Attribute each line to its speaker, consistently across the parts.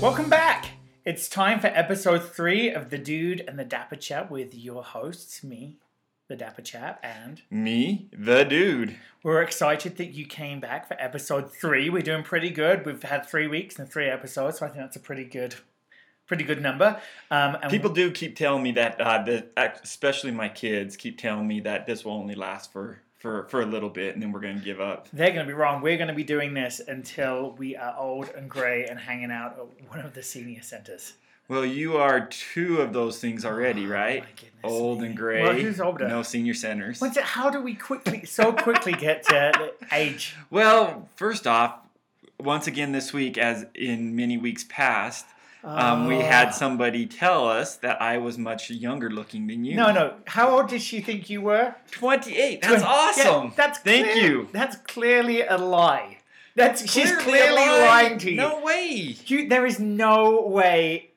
Speaker 1: Welcome back! It's time for episode three of The Dude and the Dapper Chap with your hosts, me, the Dapper Chap, and
Speaker 2: Me, the dude.
Speaker 1: we're excited that you came back for episode three. We're doing pretty good. We've had three weeks and three episodes, so I think that's a pretty good, pretty good number. Um, and
Speaker 2: People do keep telling me that, uh, the, especially my kids, keep telling me that this will only last for, for, for a little bit and then we're going to give up.
Speaker 1: they're going to be wrong. We're going to be doing this until we are old and grey and hanging out at one of the senior centres.
Speaker 2: Well, you are two of those things already, right?
Speaker 1: Oh, my goodness
Speaker 2: Old
Speaker 1: me.
Speaker 2: and gray.
Speaker 1: Well, who's older?
Speaker 2: No senior centers.
Speaker 1: What's it- How do we quickly, so quickly get to the age?
Speaker 2: Well, first off, once again this week, as in many weeks past, um, we
Speaker 1: Ah.
Speaker 2: had somebody tell us that I was much younger looking than you.
Speaker 1: No, no. How old did she think you were?
Speaker 2: 28. That's
Speaker 1: Yeah,
Speaker 2: awesome.
Speaker 1: that's
Speaker 2: Thank
Speaker 1: clear-
Speaker 2: you.
Speaker 1: That's clearly a lie. That's she's
Speaker 2: a
Speaker 1: clearly
Speaker 2: lie.
Speaker 1: lying to you.
Speaker 2: No way.
Speaker 1: You- There is no way,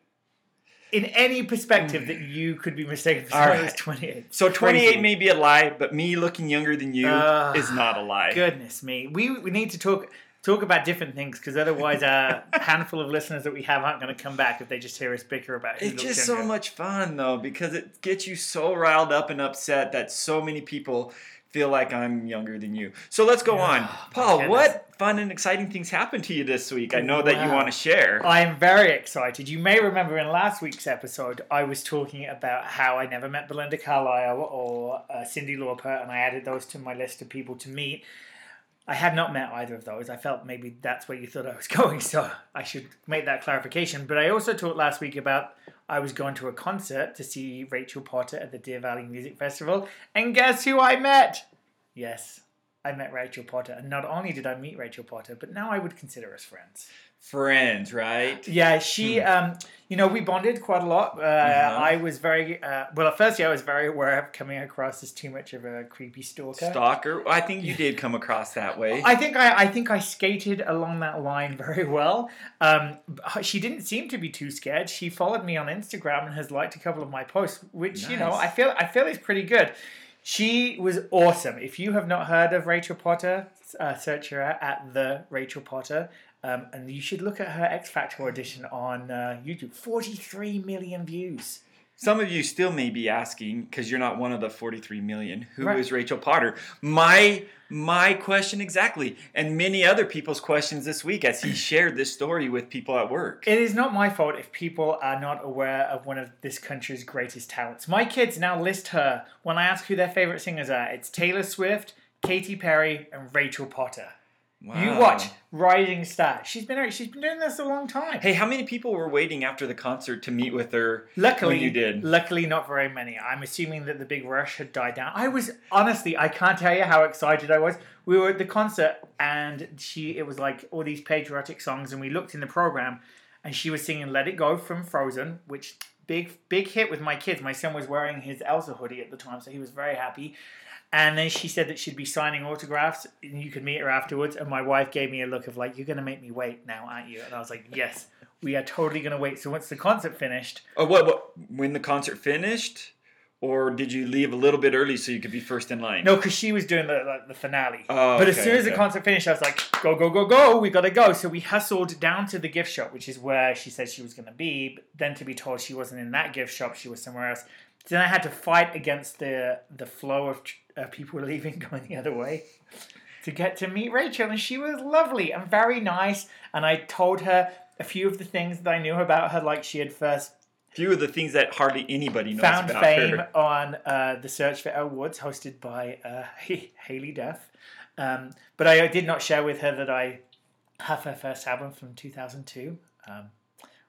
Speaker 1: in any perspective, that you could be mistaken for
Speaker 2: All
Speaker 1: someone who's
Speaker 2: right.
Speaker 1: twenty-eight.
Speaker 2: So
Speaker 1: It's
Speaker 2: 28
Speaker 1: crazy.
Speaker 2: may be a lie, but me looking younger than you
Speaker 1: Ah,
Speaker 2: is not a lie.
Speaker 1: Goodness me, we we need to talk talk about different things because otherwise, a handful of listeners that we have aren't going to come back if they just hear us bicker about. who
Speaker 2: It's
Speaker 1: looks
Speaker 2: just so
Speaker 1: younger.
Speaker 2: much fun though because it gets you so riled up and upset that so many people feel like I'm younger than you. So let's go on. Paul,
Speaker 1: Oh, goodness.
Speaker 2: what fun and exciting things happened to you this week? I know that you
Speaker 1: Wow. Uh,
Speaker 2: want to share.
Speaker 1: I am very excited. You may remember in last week's episode, I was talking about how I never met Belinda Carlisle or uh, Cindy Lauper, and I added those to my list of people to meet. I had not met either of those. I felt maybe that's where you thought I was going, so I should make that clarification. But I also talked last week about I was going to a concert to see Rachel Potter at the Deer Valley Music Festival, and guess who I met? Yes, I met Rachel Potter, and not only did I meet Rachel Potter, but now I would consider us friends.
Speaker 2: Friends, right?
Speaker 1: Yeah, she, um, you know, we bonded quite a lot. Uh, I was very, uh, well, at first, yeah, I was very aware of coming across as too much of a creepy stalker.
Speaker 2: Stalker. Well, I think you did come across that way.
Speaker 1: I think I, I think I skated along that line very well. Um, but she didn't seem to be too scared. She followed me on Instagram and has liked a couple of my posts, which you know
Speaker 2: Nice.
Speaker 1: I feel I feel is pretty good. She was awesome. If you have not heard of Rachel Potter, uh, search her out at the Rachel Potter, um, and you should look at her X Factor audition on uh, YouTube. Forty three million views.
Speaker 2: Some of you still may be asking because you're not one of the 43 million. Who is
Speaker 1: Right.
Speaker 2: Rachel Potter? My my question exactly, and many other people's questions this week as he shared this story with people at work.
Speaker 1: It is not my fault if people are not aware of one of this country's greatest talents. My kids now list her when I ask who their favorite singers are. It's Taylor Swift, Katy Perry, and Rachel Potter.
Speaker 2: Wow.
Speaker 1: You watch Rising Star. She's been she's been doing this a long time.
Speaker 2: Hey, how many people were waiting after the concert to meet with her?
Speaker 1: Luckily,
Speaker 2: when you did.
Speaker 1: Luckily, not very many. I'm assuming that the big rush had died down. I was honestly, I can't tell you how excited I was. We were at the concert, and she, it was like all these patriotic songs, and we looked in the program, and she was singing "Let It Go" from Frozen, which big big hit with my kids. My son was wearing his Elsa hoodie at the time, so he was very happy. And then she said that she'd be signing autographs, and you could meet her afterwards. And my wife gave me a look of like, "You're going to make me wait now, aren't you?" And I was like, "Yes." We are totally going to wait. So once the concert finished,
Speaker 2: Oh, what, what? When the concert finished, or did you leave a little bit early so you could be first in line?
Speaker 1: No, because she was doing the like, the finale.
Speaker 2: Oh,
Speaker 1: but as
Speaker 2: okay,
Speaker 1: soon as the
Speaker 2: okay.
Speaker 1: concert finished, I was like, "Go, go, go, go! We gotta go!" So we hustled down to the gift shop, which is where she said she was gonna be. But then to be told she wasn't in that gift shop, she was somewhere else. Then I had to fight against the the flow of tr- uh, people leaving going the other way to get to meet Rachel, and she was lovely and very nice. And I told her a few of the things that I knew about her, like she had first
Speaker 2: Few of the things that hardly anybody knows
Speaker 1: found
Speaker 2: about
Speaker 1: fame
Speaker 2: her.
Speaker 1: on uh, the search for awards hosted by uh, haley duff um, but i did not share with her that i have her first album from 2002 um,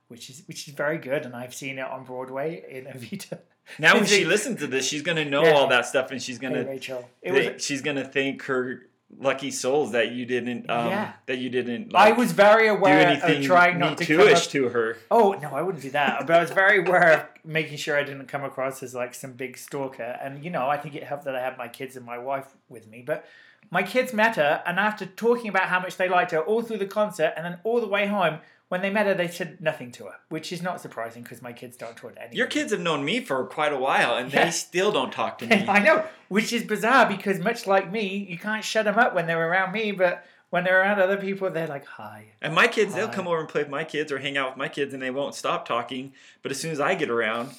Speaker 1: which is which is very good and i've seen it on broadway in avita
Speaker 2: Now, when
Speaker 1: Is
Speaker 2: she
Speaker 1: it-
Speaker 2: listens to this, she's gonna know
Speaker 1: Yeah.
Speaker 2: all that stuff, and she's gonna
Speaker 1: hey, rachel it
Speaker 2: that
Speaker 1: was
Speaker 2: she's gonna thank her lucky souls that you didn't um
Speaker 1: Yeah.
Speaker 2: that you didn't
Speaker 1: I
Speaker 2: like,
Speaker 1: was very
Speaker 2: do
Speaker 1: aware
Speaker 2: anything
Speaker 1: of trying not
Speaker 2: me
Speaker 1: to come
Speaker 2: too-ish
Speaker 1: up-
Speaker 2: to her
Speaker 1: Oh no, I wouldn't do that. But I was very aware of making sure I didn't come across as like some big stalker. And you know, I think it helped that I had my kids and my wife with me. But my kids met her, and after talking about how much they liked her all through the concert, and then all the way home, when they met her, they said nothing to her, which is not surprising because my kids don't talk to anyone.
Speaker 2: your kids have known me for quite a while and
Speaker 1: Yeah.
Speaker 2: they still don't talk to me
Speaker 1: I know, which is bizarre because much like me, you can't shut them up when they're around me. But when they're around other people, they're like, hi.
Speaker 2: And my kids, they'll
Speaker 1: Hi.
Speaker 2: come over and play with my kids or hang out with my kids, and they won't stop talking. But as soon as I get around,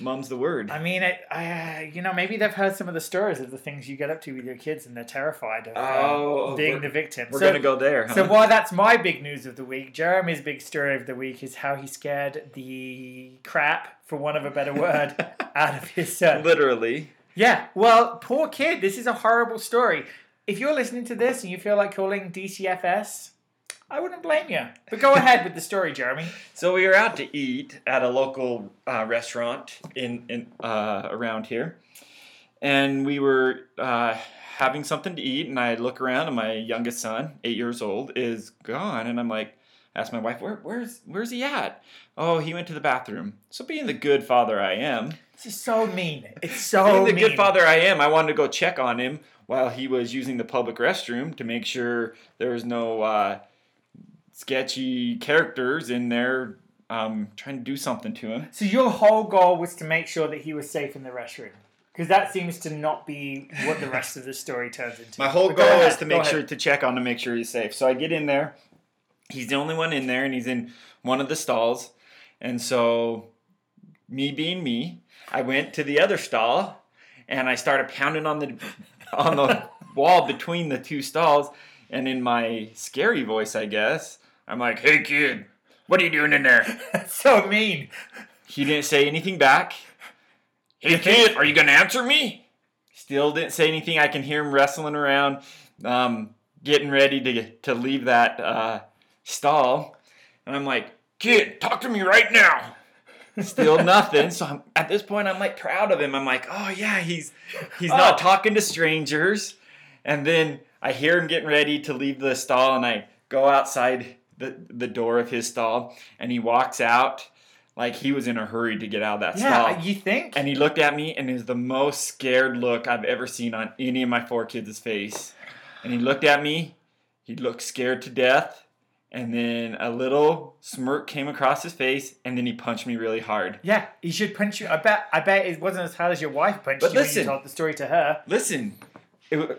Speaker 2: mom's the word.
Speaker 1: I mean, I, I, you know, maybe they've heard some of the stories of the things you get up to with your kids, and they're terrified of uh,
Speaker 2: Oh,
Speaker 1: being
Speaker 2: we're-
Speaker 1: the victim.
Speaker 2: We're
Speaker 1: So-
Speaker 2: gonna go there. Huh?
Speaker 1: So while that's my big news of the week, Jeremy's big story of the week is how he scared the crap, for want of a better word, out of his son.
Speaker 2: Literally,
Speaker 1: Yeah, well, poor kid. This is a horrible story. If you're listening to this and you feel like calling DCFS, I wouldn't blame you. But go ahead with the story, Jeremy.
Speaker 2: So we were out to eat at a local uh, restaurant in, in uh, around here, and we were uh, having something to eat. And I look around, and my youngest son, eight years old, is gone. And I'm like, ask my wife, Where, where's where's he at? Oh, he went to the bathroom. So being the good father I am,
Speaker 1: This is so mean. It's so
Speaker 2: being the
Speaker 1: mean.
Speaker 2: good father I am, I wanted to go check on him while he was using the public restroom to make sure there was no uh, sketchy characters in there um, trying to do something to him.
Speaker 1: So your whole goal was to make sure that he was safe in the restroom. Because that seems to not be what the rest of the story turns into.
Speaker 2: My whole
Speaker 1: But
Speaker 2: goal
Speaker 1: go ahead,
Speaker 2: is to
Speaker 1: go
Speaker 2: make
Speaker 1: ahead.
Speaker 2: sure to check on to make sure he's safe. So I get in there. He's the only one in there, and he's in one of the stalls. And so, me being me, I went to the other stall, and I started pounding on the on the wall between the two stalls. And in my scary voice, I guess, I'm like, "Hey kid, what are you doing in there?"
Speaker 1: so mean.
Speaker 2: He didn't say anything back. Hey kid, are you gonna answer me? Still didn't say anything. I can hear him wrestling around, um, getting ready to to leave that uh, stall, and I'm like, kid, talk to me right now. Still nothing. So I'm, at this point, I'm like proud of him. I'm like, oh yeah, he's he's not
Speaker 1: Oh.
Speaker 2: talking to strangers. And then I hear him getting ready to leave the stall, and I go outside the the door of his stall, and he walks out like he was in a hurry to get out of that stall.
Speaker 1: Yeah, you think?
Speaker 2: And he looked at me and it was the most scared look I've ever seen on any of my four kids' face. And he looked at me, he looked scared to death, and then a little smirk came across his face, and then he punched me really hard.
Speaker 1: yeah, he should punch you. I bet. I bet it wasn't as hard as your wife punched
Speaker 2: But
Speaker 1: you
Speaker 2: listen.
Speaker 1: when you told the story to her.
Speaker 2: Listen, it, wa-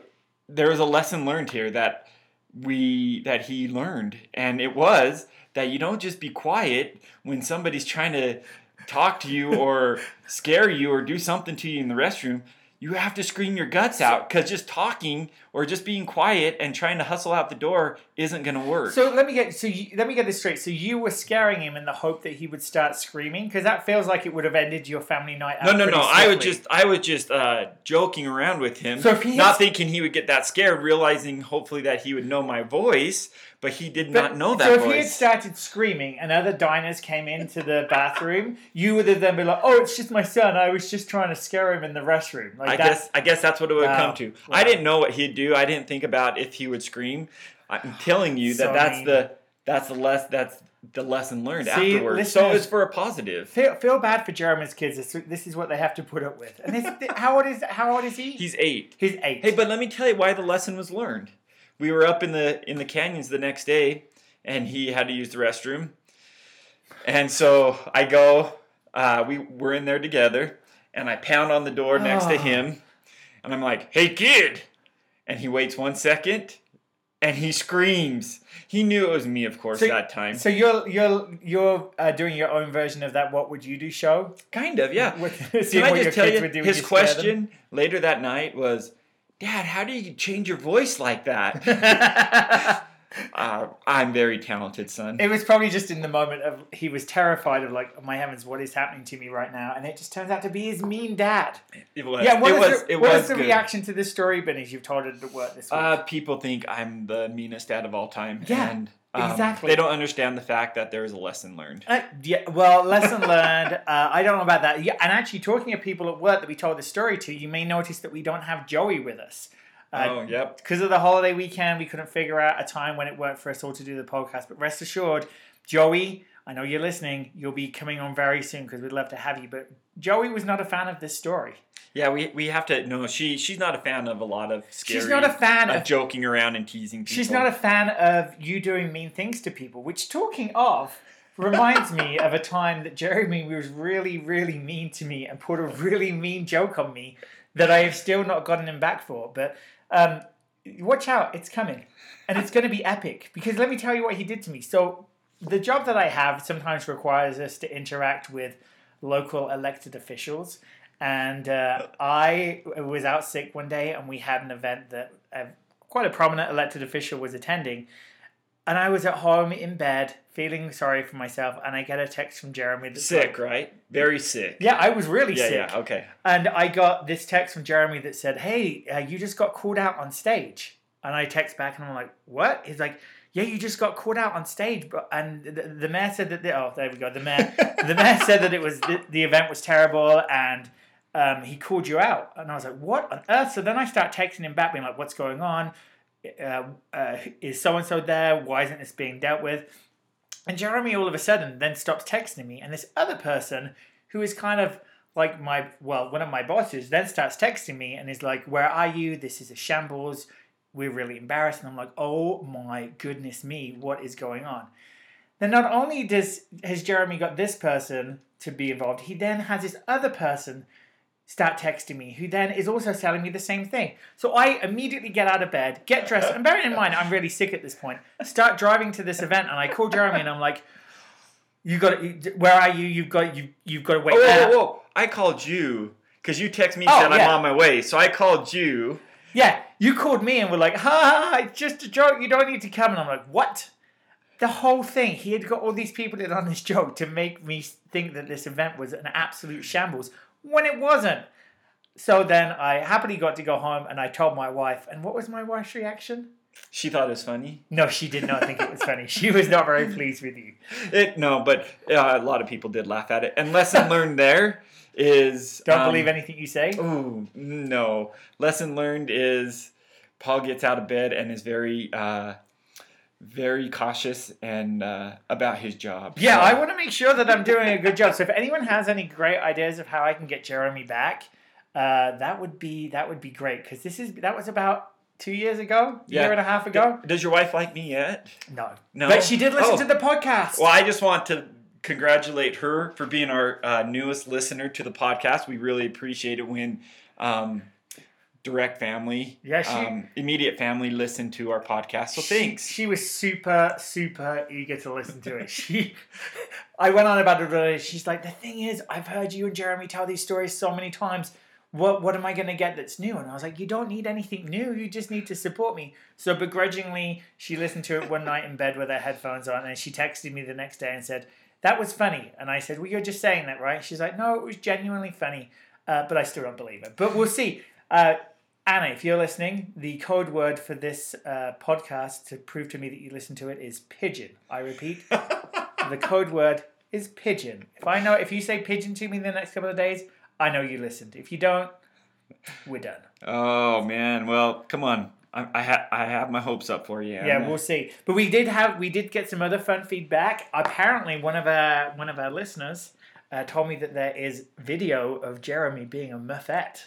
Speaker 2: there was a lesson learned here that we that he learned, and it was that you don't just be quiet when somebody's trying to talk to you or scare you or do something to you in the restroom. You have to scream your guts out because just talking or just being quiet and trying to hustle out the door isn't going to work.
Speaker 1: So let me get. So you, let me get this straight. So you were scaring him in the hope that he would start screaming because that feels like it would have ended your family night. out
Speaker 2: no, no,
Speaker 1: pretty
Speaker 2: no! I was
Speaker 1: swiftly.
Speaker 2: just, I was just uh, joking around with him,
Speaker 1: So if he
Speaker 2: not
Speaker 1: has-
Speaker 2: thinking he would get that scared, realizing hopefully that he would know my voice, but he did
Speaker 1: But-
Speaker 2: not know that
Speaker 1: So if
Speaker 2: voice.
Speaker 1: he had started screaming and other diners came into the bathroom, you would have then been like, "Oh, it's just my son. I was just trying to scare him in the restroom." Like
Speaker 2: I
Speaker 1: that-
Speaker 2: guess I guess that's what it would
Speaker 1: Wow.
Speaker 2: come to.
Speaker 1: Wow.
Speaker 2: I didn't know what he'd do. I didn't think about if he would scream. I'm telling you that
Speaker 1: So
Speaker 2: that's
Speaker 1: mean.
Speaker 2: the that's the less that's the lesson learned
Speaker 1: See,
Speaker 2: afterwards. so
Speaker 1: listeners-
Speaker 2: it's for a positive.
Speaker 1: Feel, feel bad for Jeremy's kids. This, this is what they have to put up with. And this, how old is how old is he?
Speaker 2: He's eight.
Speaker 1: He's eight.
Speaker 2: Hey, but let me tell you why the lesson was learned. We were up in the in the canyons the next day, and he had to use the restroom. And so I go. Uh, we we're in there together, and I pound on the door next to
Speaker 1: Ah.
Speaker 2: him, and I'm like, "Hey, kid!" And he waits one second, and he screams. He knew it was me, of course,
Speaker 1: So-
Speaker 2: that time.
Speaker 1: So you're you're you're uh, doing your own version of that. What would you do? Show.
Speaker 2: kind of, yeah.
Speaker 1: With,
Speaker 2: Can
Speaker 1: seeing
Speaker 2: I
Speaker 1: what
Speaker 2: just
Speaker 1: your
Speaker 2: tell
Speaker 1: kids
Speaker 2: you?
Speaker 1: would do when
Speaker 2: His
Speaker 1: you scare them.
Speaker 2: question later that night was, "Dad, how do you change your voice like that?" Uh, I'm very talented, son.
Speaker 1: it was probably just in the moment of he was terrified of like, oh my heavens, what is happening to me right now? And it just turns out to be his mean dad.
Speaker 2: It was.
Speaker 1: Yeah. What
Speaker 2: it
Speaker 1: is
Speaker 2: was.
Speaker 1: the,
Speaker 2: it
Speaker 1: what
Speaker 2: was
Speaker 1: has the
Speaker 2: good.
Speaker 1: reaction to this story been as you've told it at work this week?
Speaker 2: Uh, people think I'm the meanest dad of all time.
Speaker 1: Yeah,
Speaker 2: and, um,
Speaker 1: exactly.
Speaker 2: They don't understand the fact that there is a lesson learned.
Speaker 1: Uh, yeah, well, lesson learned. Uh, I don't know about that. Yeah, and actually, talking of people at work that we told the story to, you may notice that we don't have Joey with us. Uh,
Speaker 2: oh, yep.
Speaker 1: Because of the holiday weekend, we couldn't figure out a time when it worked for us all to do the podcast. But rest assured, Joey, I know you're listening. You'll be coming on very soon because we'd love to have you. But Joey was not a fan of this story.
Speaker 2: Yeah, we, we have to. No, she she's not a fan of a lot of scary.
Speaker 1: She's not a fan
Speaker 2: of
Speaker 1: of.
Speaker 2: joking around and teasing people.
Speaker 1: She's not a fan of you doing mean things to people. Which, talking of, reminds me of a time that Jeremy was really, really mean to me and put a really mean joke on me that I have still not gotten him back for. But um, watch out, it's coming. And it's going to be epic because let me tell you what he did to me. So, the job that I have sometimes requires us to interact with local elected officials. And uh, I was out sick one day, and we had an event that uh, quite a prominent elected official was attending. And I was at home in bed feeling sorry for myself, and I get a text from Jeremy that's
Speaker 2: Sick,
Speaker 1: like-
Speaker 2: right? Very sick.
Speaker 1: yeah, I was really
Speaker 2: yeah,
Speaker 1: sick.
Speaker 2: yeah. Okay.
Speaker 1: And I got this text from Jeremy that said, "Hey, uh, you just got called out on stage." And I text back and I'm like, "What?" He's like, "Yeah, you just got called out on stage." But and the, the mayor said that. The, oh, there we go. The mayor, the mayor said that it was the, the event was terrible and. Um, he called you out, and I was like, "What on earth?" So then I start texting him back, being like, "What's going on? Uh, uh, is so and so there? Why isn't this being dealt with?" And Jeremy all of a sudden then stops texting me, and this other person who is kind of like my well, one of my bosses then starts texting me and is like, "Where are you? This is a shambles. We're really embarrassed." And I'm like, "Oh my goodness me, what is going on?" Then not only does has Jeremy got this person to be involved, he then has this other person start texting me, who then is also selling me the same thing. So I immediately get out of bed, get dressed, and bearing in mind I'm really sick at this point, start driving to this event, and I call Jeremy and I'm like, "You got to, where are you? You've got you you've got to wait."
Speaker 2: Whoa,
Speaker 1: there."
Speaker 2: whoa, whoa. Uh, I called you because you text me and
Speaker 1: Oh,
Speaker 2: said I'm
Speaker 1: yeah.
Speaker 2: on my way. So I called you.
Speaker 1: Yeah, you called me and were like, ha, ha, ha, it's just a joke. You don't need to come. And I'm like, what? The whole thing. He had got all these people in on this joke to make me think that this event was an absolute shambles when it wasn't. So then I happily got to go home and I told my wife. And what was my wife's reaction?
Speaker 2: She thought it was funny.
Speaker 1: No, she did not think it was funny. She was not very pleased with you.
Speaker 2: It Eh, no, but uh, a lot of people did laugh at it. And lesson learned there is
Speaker 1: Don't
Speaker 2: um,
Speaker 1: believe anything you say.
Speaker 2: Ooh, no. Lesson learned is Paul gets out of bed and is very, uh, very cautious and uh, about his job.
Speaker 1: Yeah,
Speaker 2: So-
Speaker 1: I want to make sure that I'm doing a good job. So if anyone has any great ideas of how I can get Jeremy back, uh, that would be that would be great because this is that was about two years ago,
Speaker 2: Yeah.
Speaker 1: year and a half ago.
Speaker 2: Do- Does your wife like me yet?
Speaker 1: No,
Speaker 2: No?
Speaker 1: but she did listen
Speaker 2: Oh.
Speaker 1: to the podcast.
Speaker 2: Well, I just want to congratulate her for being our uh, newest listener to the podcast. We really appreciate it when um, direct family,
Speaker 1: Yeah, she-
Speaker 2: um, immediate family listen to our podcast. So thanks.
Speaker 1: She was super, super eager to listen to it. She, I went on about it. earlier. She's like, the thing is, I've heard you and Jeremy tell these stories so many times. What what am I going to get that's new? And I was like, you don't need anything new. You just need to support me. So begrudgingly, she listened to it one night in bed with her headphones on, and she texted me the next day and said, "That was funny." And I said, "Well, you're just saying that, right?" She's like, "No, it was genuinely funny, uh, but I still don't believe it. But we'll see." Uh, Anna, if you're listening, the code word for this uh, podcast to prove to me that you listen to it is pigeon. I repeat, the code word is pigeon. If I know, if you say pigeon to me in the next couple of days, I know you listened. If you don't, we're done.
Speaker 2: Oh man, well, come on. I, I, ha- I have my hopes up for you.
Speaker 1: Yeah,
Speaker 2: Anna.
Speaker 1: we'll see. But we did have we did get some other fun feedback. Apparently, one of our one of our listeners uh, told me that there is video of Jeremy being a muffet.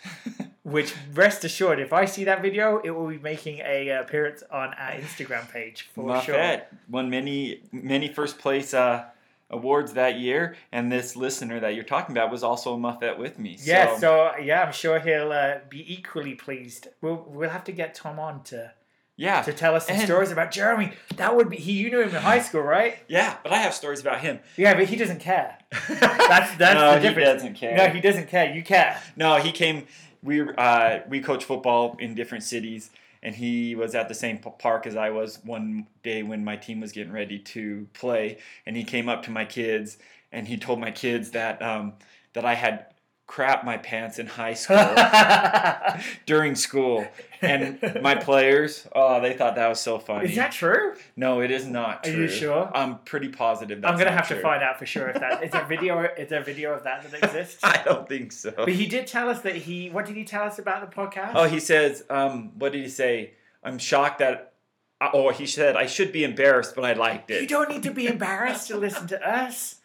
Speaker 1: Which rest assured, if I see that video, it will be making a uh, appearance on our Instagram page for sure.
Speaker 2: Buffett won many many first place uh, awards that year, and this listener that you're talking about was also a Muffet with me.
Speaker 1: Yeah, so yeah, I'm sure he'll uh, be equally pleased. We'll we'll have to get Tom on to
Speaker 2: yeah,
Speaker 1: to tell us some
Speaker 2: And-
Speaker 1: stories about Jeremy. That would be he. You knew him in high school, right?
Speaker 2: yeah, but I have stories about him.
Speaker 1: Yeah, but he doesn't care. That's that's
Speaker 2: no,
Speaker 1: the difference.
Speaker 2: He doesn't care.
Speaker 1: No, he doesn't care. You care.
Speaker 2: No, he came. We uh, we coach football in different cities, and he was at the same p- park as I was one day when my team was getting ready to play. And he came up to my kids, and he told my kids that um, that I had crap my pants in high school during school, and my players, oh, they thought that was so funny.
Speaker 1: Is that true?
Speaker 2: no, it is not.
Speaker 1: Are
Speaker 2: True.
Speaker 1: you sure?
Speaker 2: I'm pretty positive. That's
Speaker 1: I'm gonna
Speaker 2: not
Speaker 1: have
Speaker 2: true.
Speaker 1: to find out for sure if that is there video. Is there video of that that exists?
Speaker 2: I don't think so.
Speaker 1: But he did tell us that he. What did he tell us about the podcast?
Speaker 2: Oh, he says, um, what did he say? I'm shocked that, uh, oh, or he said, I should be embarrassed, but I liked
Speaker 1: You
Speaker 2: it.
Speaker 1: don't need to be embarrassed to listen to us.